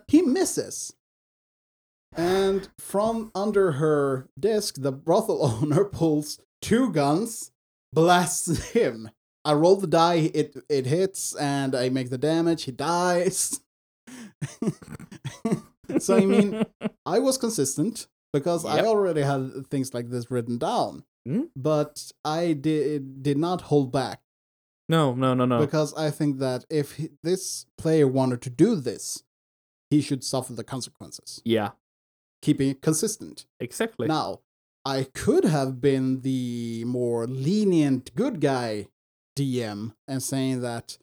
Speaker 2: he misses. And from under her desk, the brothel [laughs] owner pulls two guns, blasts him. I roll the die, it it hits, and I make the damage. He dies. [laughs] so I mean, I was consistent because I
Speaker 1: Yep.
Speaker 2: already had things like this written down.
Speaker 1: Mm.
Speaker 2: But I did did not hold back
Speaker 1: [laughs] no, no, no, no.
Speaker 2: because I think that if he, this player wanted to do this, he should suffer the consequences.
Speaker 1: yeah,
Speaker 2: Keeping it consistent.
Speaker 1: exactly.
Speaker 2: Now, I could have been the more lenient good guy DM and saying that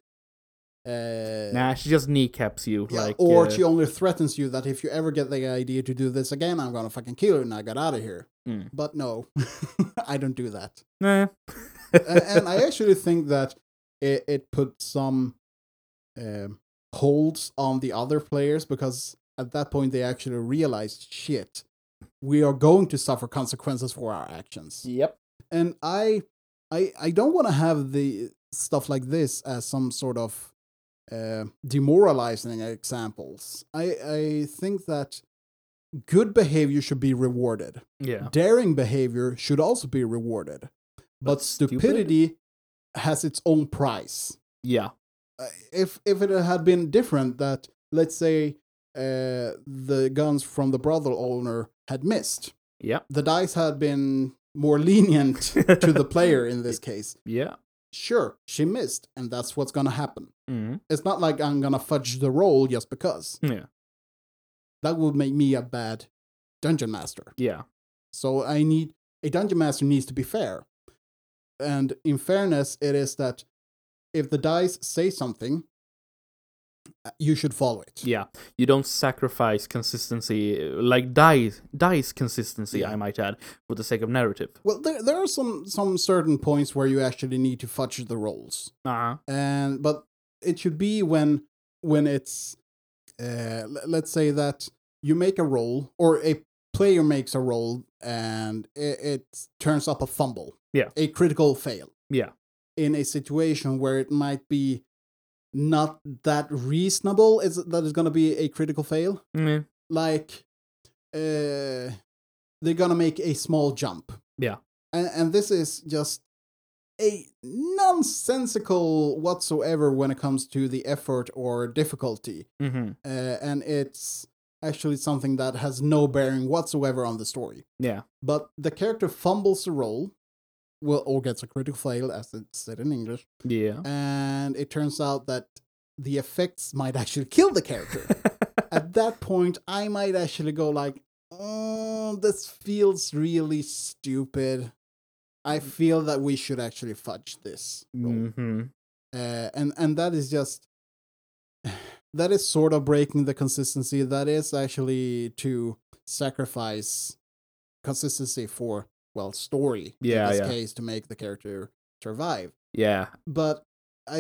Speaker 2: uh,
Speaker 1: Nah, she just kneecaps you.
Speaker 2: yeah,
Speaker 1: like,
Speaker 2: or
Speaker 1: uh,
Speaker 2: she only threatens you that if you ever get the idea to do this again, I'm gonna fucking kill you and I got out of here.
Speaker 1: Mm.
Speaker 2: But no, [laughs] I don't do that.
Speaker 1: nah.
Speaker 2: and, and I actually think that it, it put some um, holds on the other players because at that point they actually realized shit, we are going to suffer consequences for our actions
Speaker 1: Yep.
Speaker 2: and I, I, I don't want to have the stuff like this as some sort of uh, demoralizing examples. I, I think that good behavior should be rewarded.
Speaker 1: Yeah.
Speaker 2: Daring behavior should also be rewarded, but,
Speaker 1: But stupid?
Speaker 2: stupidity has its own price.
Speaker 1: Yeah.
Speaker 2: Uh, If if it had been different, that let's say uh, the guns from the brothel owner had missed,
Speaker 1: Yeah.
Speaker 2: the dice had been more lenient to the player in this case.
Speaker 1: Yeah.
Speaker 2: Sure, she missed, and that's what's gonna happen.
Speaker 1: Mm.
Speaker 2: It's not like I'm gonna fudge the roll just because.
Speaker 1: Yeah.
Speaker 2: That would make me a bad dungeon master.
Speaker 1: Yeah.
Speaker 2: So I need a dungeon master needs to be fair. And in fairness, it is that if the dice say something, uh, you should follow it.
Speaker 1: Yeah. You don't sacrifice consistency, uh, like dice, dice consistency,
Speaker 2: Yeah.
Speaker 1: I might add, for the sake of narrative.
Speaker 2: Well, there there are some some certain points where you actually need to fudge the rolls.
Speaker 1: Uh-huh.
Speaker 2: and but it should be when when it's uh, l- let's say that you make a roll or a player makes a roll and it, it turns up a fumble
Speaker 1: Yeah.
Speaker 2: a critical fail
Speaker 1: Yeah.
Speaker 2: in a situation where it might be not that reasonable is that it's going to be a critical fail
Speaker 1: Mm.
Speaker 2: like uh they're gonna make a small jump
Speaker 1: Yeah.
Speaker 2: and, and this is just a nonsensical whatsoever when it comes to the effort or difficulty
Speaker 1: hmm
Speaker 2: uh, and it's actually something that has no bearing whatsoever on the story
Speaker 1: Yeah.
Speaker 2: but the character fumbles the roll well or gets a critical fail as it's said in english [laughs]
Speaker 1: Yeah.
Speaker 2: and it turns out that the effects might actually kill the character at that point i might actually go like oh this feels really stupid
Speaker 1: Mm.
Speaker 2: i feel that we should actually fudge this roll."
Speaker 1: hmm
Speaker 2: uh, and and that is just [sighs] that is sort of breaking the consistency that is actually to sacrifice consistency for well story in
Speaker 1: Yeah,
Speaker 2: this
Speaker 1: yeah.
Speaker 2: case to make the character survive
Speaker 1: Yeah.
Speaker 2: but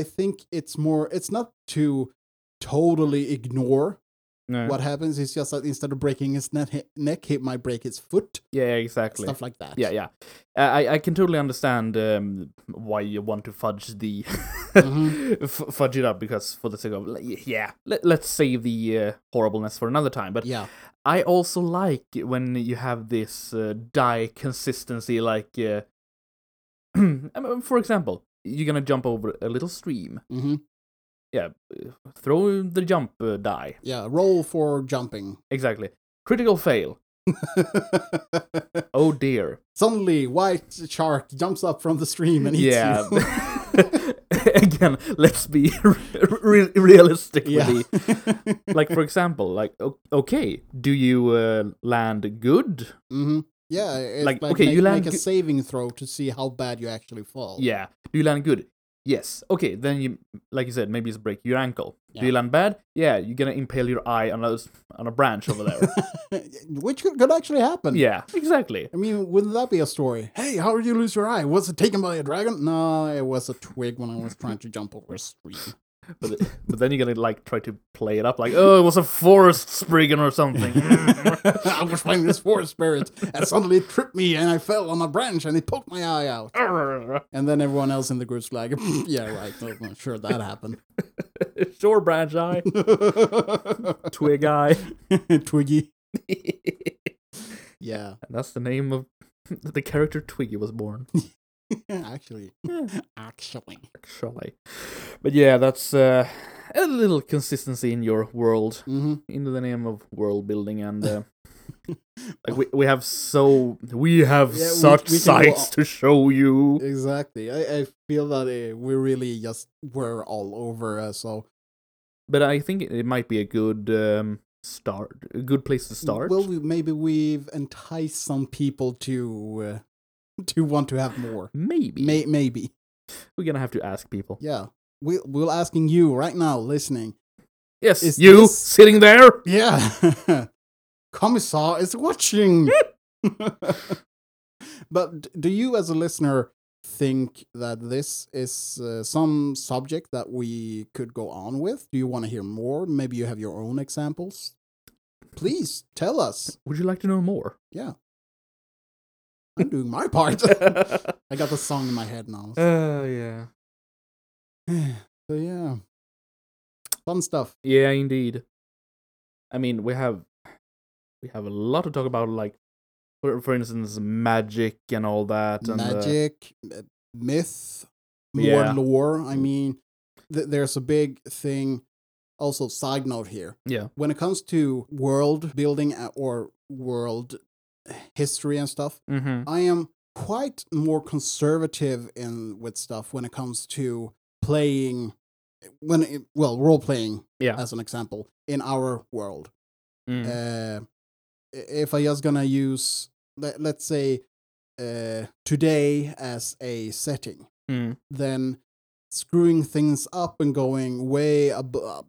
Speaker 2: I think it's more it's not to totally ignore
Speaker 1: No.
Speaker 2: what happens. It's just that instead of breaking his ne- neck, he might break his foot,
Speaker 1: Yeah, exactly.
Speaker 2: stuff like that.
Speaker 1: yeah, yeah. I I can totally understand um, why you want to fudge the
Speaker 2: Mhm.
Speaker 1: [laughs] f- fudge it up because for the sake of like, yeah, let, let's save the uh, horribleness for another time. But
Speaker 2: yeah,
Speaker 1: I also like when you have this uh, die consistency. Like, uh, [clears throat] I mean, for example, you're gonna jump over a little stream.
Speaker 2: hmm
Speaker 1: Yeah, uh, throw the jump uh, die.
Speaker 2: yeah. Roll for jumping. [laughs]
Speaker 1: Exactly. Critical fail. Oh dear.
Speaker 2: Suddenly, white shark jumps up from the stream and eats
Speaker 1: yeah.
Speaker 2: you. [laughs]
Speaker 1: [laughs] Again, let's be [laughs] re- realistic
Speaker 2: yeah,
Speaker 1: with the like for example, like o- okay, do you uh, land good?
Speaker 2: hmm yeah. It's
Speaker 1: Like,
Speaker 2: like,
Speaker 1: okay,
Speaker 2: make,
Speaker 1: you land
Speaker 2: make a
Speaker 1: g-
Speaker 2: saving throw to see how bad you actually fall.
Speaker 1: Yeah. Do you land good? Yes. Okay, then you like you said, maybe it's break your ankle. Do you
Speaker 2: Yeah.
Speaker 1: land bad? Yeah, you're gonna impale your eye on a on a branch over [laughs] there.
Speaker 2: [laughs] which could, could actually happen.
Speaker 1: yeah, exactly.
Speaker 2: I mean, wouldn't that be a story? Hey, how did you lose your eye? Was it taken by a dragon? No, it was a twig when I was trying to jump over a stream.
Speaker 1: But, [laughs] th- but then you're gonna like try to play it up like, oh, it was a forest spriggan or [laughs] something.
Speaker 2: [laughs] I was playing this forest spirit, and suddenly it tripped me, and I fell on a branch, and it poked my eye out. And then everyone else in the group's like, [laughs] "Yeah, right. I'm not sure that happened."
Speaker 1: Sure, branch eye, twig eye.
Speaker 2: [laughs]
Speaker 1: [laughs]
Speaker 2: Twiggy. Yeah,
Speaker 1: And that's the name of [laughs] the character Twiggy was born. [laughs]
Speaker 2: [laughs] actually, actually.
Speaker 1: Actually. But yeah, that's uh, a little consistency in your world,
Speaker 2: hmm
Speaker 1: in the name of world building, and
Speaker 2: [laughs]
Speaker 1: uh, like we we have so we have
Speaker 2: Yeah, we-
Speaker 1: such
Speaker 2: we can go
Speaker 1: sights
Speaker 2: on.
Speaker 1: to show you.
Speaker 2: Exactly. I, I feel that uh, we really just were all over. Uh, so
Speaker 1: But I think it might be a good um, start, a good place to start.
Speaker 2: Well, we, maybe we've enticed some people to uh, to want to have more.
Speaker 1: Maybe
Speaker 2: May, maybe,
Speaker 1: we're gonna have to ask people.
Speaker 2: yeah. We we're asking you right now, listening.
Speaker 1: Yes,
Speaker 2: Is
Speaker 1: you
Speaker 2: this-
Speaker 1: sitting there.
Speaker 2: Yeah, [laughs] Commissar is watching. but d- do you, as a listener, think that this is uh, some subject that we could go on with? Do you want to hear more? Maybe you have your own examples. Please tell us.
Speaker 1: Would you like to know
Speaker 2: [laughs]
Speaker 1: more? [laughs]
Speaker 2: I'm doing my part.
Speaker 1: uh,
Speaker 2: I got the song in my head now.
Speaker 1: yeah.
Speaker 2: [sighs] so yeah, fun stuff.
Speaker 1: Yeah, indeed. I mean, we have we have a lot to talk about, like for for instance, magic and all that, and uh,
Speaker 2: Magic, m- myth, more
Speaker 1: Yeah. Mm.
Speaker 2: lore. I mean, th- there's a big thing. Also, side note here.
Speaker 1: Yeah.
Speaker 2: When it comes to world building a- or world history and stuff,
Speaker 1: mhm.
Speaker 2: I am quite more conservative in with stuff when it comes to playing. When it, well, role playing,
Speaker 1: Yeah.
Speaker 2: as an example, in our world.
Speaker 1: Mm.
Speaker 2: uh, if I just gonna use let, let's say uh, today as a setting,
Speaker 1: Mm.
Speaker 2: then screwing things up and going way ab-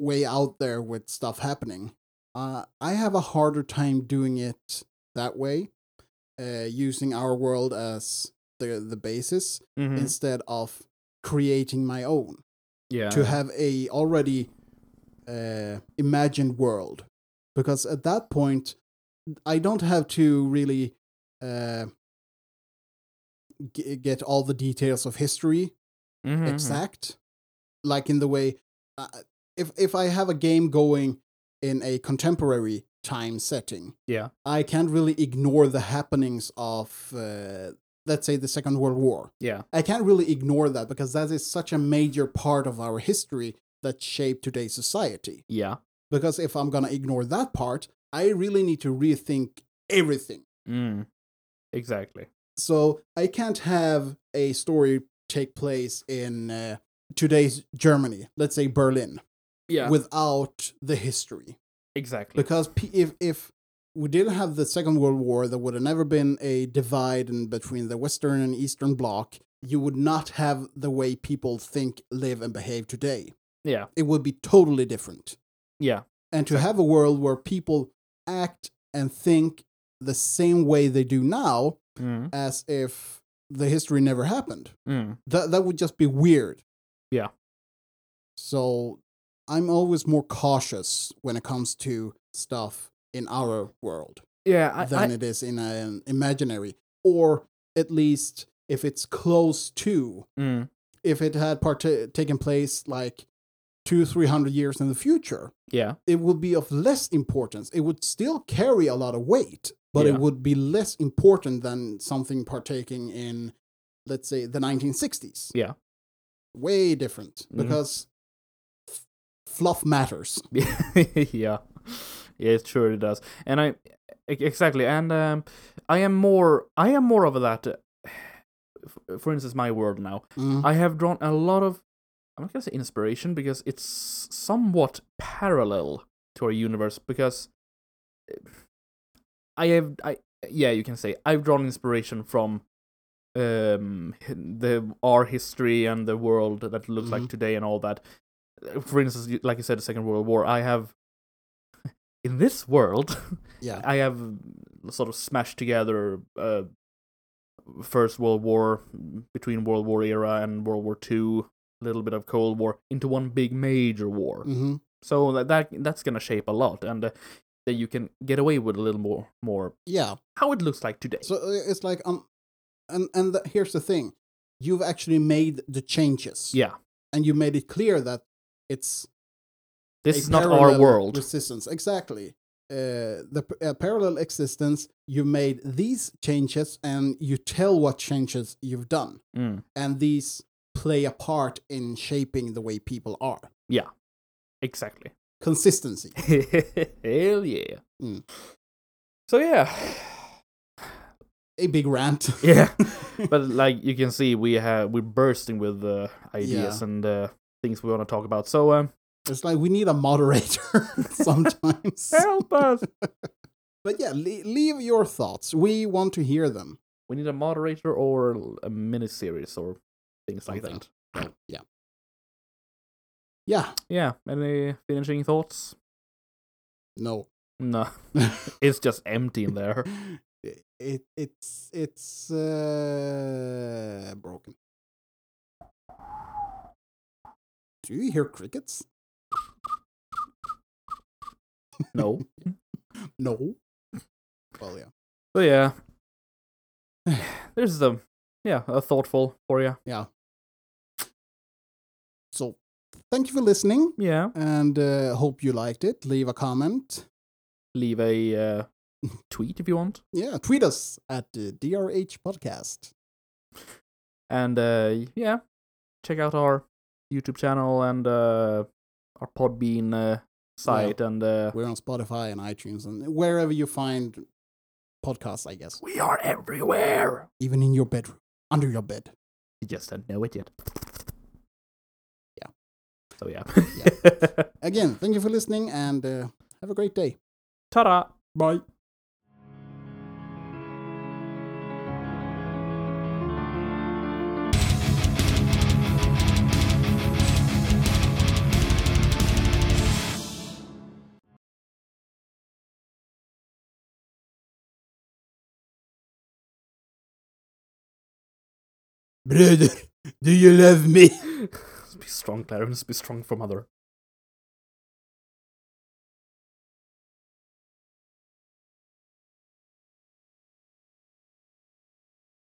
Speaker 2: way out there with stuff happening. Uh, I have a harder time doing it that way, uh, using our world as the the basis
Speaker 1: mhm.
Speaker 2: instead of creating my own
Speaker 1: yeah,
Speaker 2: to have a already uh, imagined world because at that point i don't have to really uh, g- get all the details of history
Speaker 1: Mhm, mhm.
Speaker 2: exact like in the way uh, if if i have a game going in a contemporary time setting
Speaker 1: Yeah,
Speaker 2: i can't really ignore the happenings of uh, let's say the second world war
Speaker 1: yeah,
Speaker 2: I can't really ignore that because that is such a major part of our history that shaped today's society.
Speaker 1: yeah.
Speaker 2: Because if I'm going to ignore that part, I really need to rethink everything.
Speaker 1: Mm. Exactly.
Speaker 2: So I can't have a story take place in uh, today's Germany, let's say Berlin,
Speaker 1: Yeah,
Speaker 2: without the history.
Speaker 1: exactly.
Speaker 2: Because p- if, if we didn't have the Second World War, there would have never been a divide in between the Western and Eastern Bloc. You would not have the way people think, live, and behave today.
Speaker 1: yeah,
Speaker 2: It would be totally different.
Speaker 1: yeah,
Speaker 2: And to have a world where people act and think the same way they do now,
Speaker 1: mm.
Speaker 2: as if the history never happened.
Speaker 1: Mm.
Speaker 2: That that would just be weird.
Speaker 1: Yeah.
Speaker 2: So I'm always more cautious when it comes to stuff in our world
Speaker 1: Yeah, I,
Speaker 2: than
Speaker 1: I-
Speaker 2: it is in an imaginary or at least if it's close to
Speaker 1: mm,
Speaker 2: if it had part- taken place like 2 300 years in the future
Speaker 1: yeah, [laughs]
Speaker 2: it would be of less importance. It would still carry a lot of weight, but
Speaker 1: Yeah.
Speaker 2: it would be less important than something partaking in, let's say, the 1960s.
Speaker 1: Yeah.
Speaker 2: Way different
Speaker 1: Mhm.
Speaker 2: because f- fluff matters.
Speaker 1: yeah, yeah, it sure it does. And I e- exactly, and um, I am more, I am more of that. uh, [sighs] f- For instance, my world now,
Speaker 2: Mm.
Speaker 1: I have drawn a lot of, I'm not gonna say inspiration because it's somewhat parallel to our universe because eh, I have, I yeah, you can say I've drawn inspiration from um the our history and the world that looks like
Speaker 2: Mhm.
Speaker 1: today and all that. For instance, you- like you said, the Second World War. I have [laughs] in this world,
Speaker 2: Yeah.
Speaker 1: I have sort of smashed together uh, First World War, between World War era and World War Two, a little bit of Cold War into one big major war.
Speaker 2: hmm
Speaker 1: So that, that that's gonna shape a lot, and uh, that you can get away with a little more more
Speaker 2: Yeah.
Speaker 1: how it looks like today.
Speaker 2: So uh, it's like, um, and, and the, here's the thing you've actually made the changes.
Speaker 1: yeah,
Speaker 2: And you made it clear that it's
Speaker 1: this
Speaker 2: a
Speaker 1: is not our
Speaker 2: parallel
Speaker 1: world.
Speaker 2: Resistance, exactly. Uh, the p- uh, parallel existence. You made these changes, and you tell what changes you've done,
Speaker 1: Mm,
Speaker 2: and these play a part in shaping the way people are.
Speaker 1: exactly. [laughs]
Speaker 2: Consistency.
Speaker 1: Hell yeah.
Speaker 2: Mm.
Speaker 1: So yeah,
Speaker 2: A big
Speaker 1: [laughs]
Speaker 2: rant. [laughs]
Speaker 1: yeah. but like you can see, we have we're bursting with uh, ideas
Speaker 2: Yeah.
Speaker 1: and uh, things we want to talk about. So um,
Speaker 2: It's like we need a moderator [laughs]
Speaker 1: [laughs]
Speaker 2: sometimes.
Speaker 1: help us.
Speaker 2: but yeah, le- leave your thoughts. We want to hear them.
Speaker 1: We need a moderator or l- a miniseries or things like
Speaker 2: Something.
Speaker 1: that.
Speaker 2: Yeah. Yeah.
Speaker 1: Yeah. Any finishing thoughts?
Speaker 2: No. [laughs]
Speaker 1: No, [laughs] it's just empty in there.
Speaker 2: I- it it's it's uh broken do you hear crickets
Speaker 1: No.
Speaker 2: no well yeah
Speaker 1: But yeah, there's the yeah a thoughtful for you.
Speaker 2: so thank you for listening
Speaker 1: Yeah.
Speaker 2: and uh, hope you liked it leave a comment
Speaker 1: Leave a uh, tweet if you want,
Speaker 2: yeah tweet us at the drh podcast
Speaker 1: and uh, yeah, check out our YouTube channel and uh, our Podbean uh, site and. Uh,
Speaker 2: we're on spotify and itunes and wherever you find podcasts i guess
Speaker 1: we are everywhere.
Speaker 2: even in your bedroom under your bed
Speaker 1: You just don't know it yet.
Speaker 2: Yeah.
Speaker 1: So [laughs] yeah.
Speaker 2: again thank you for listening and uh, have a great day
Speaker 1: Ta-da.
Speaker 2: bye Brother, do you love me?
Speaker 1: be strong, Clarence. Be strong for mother.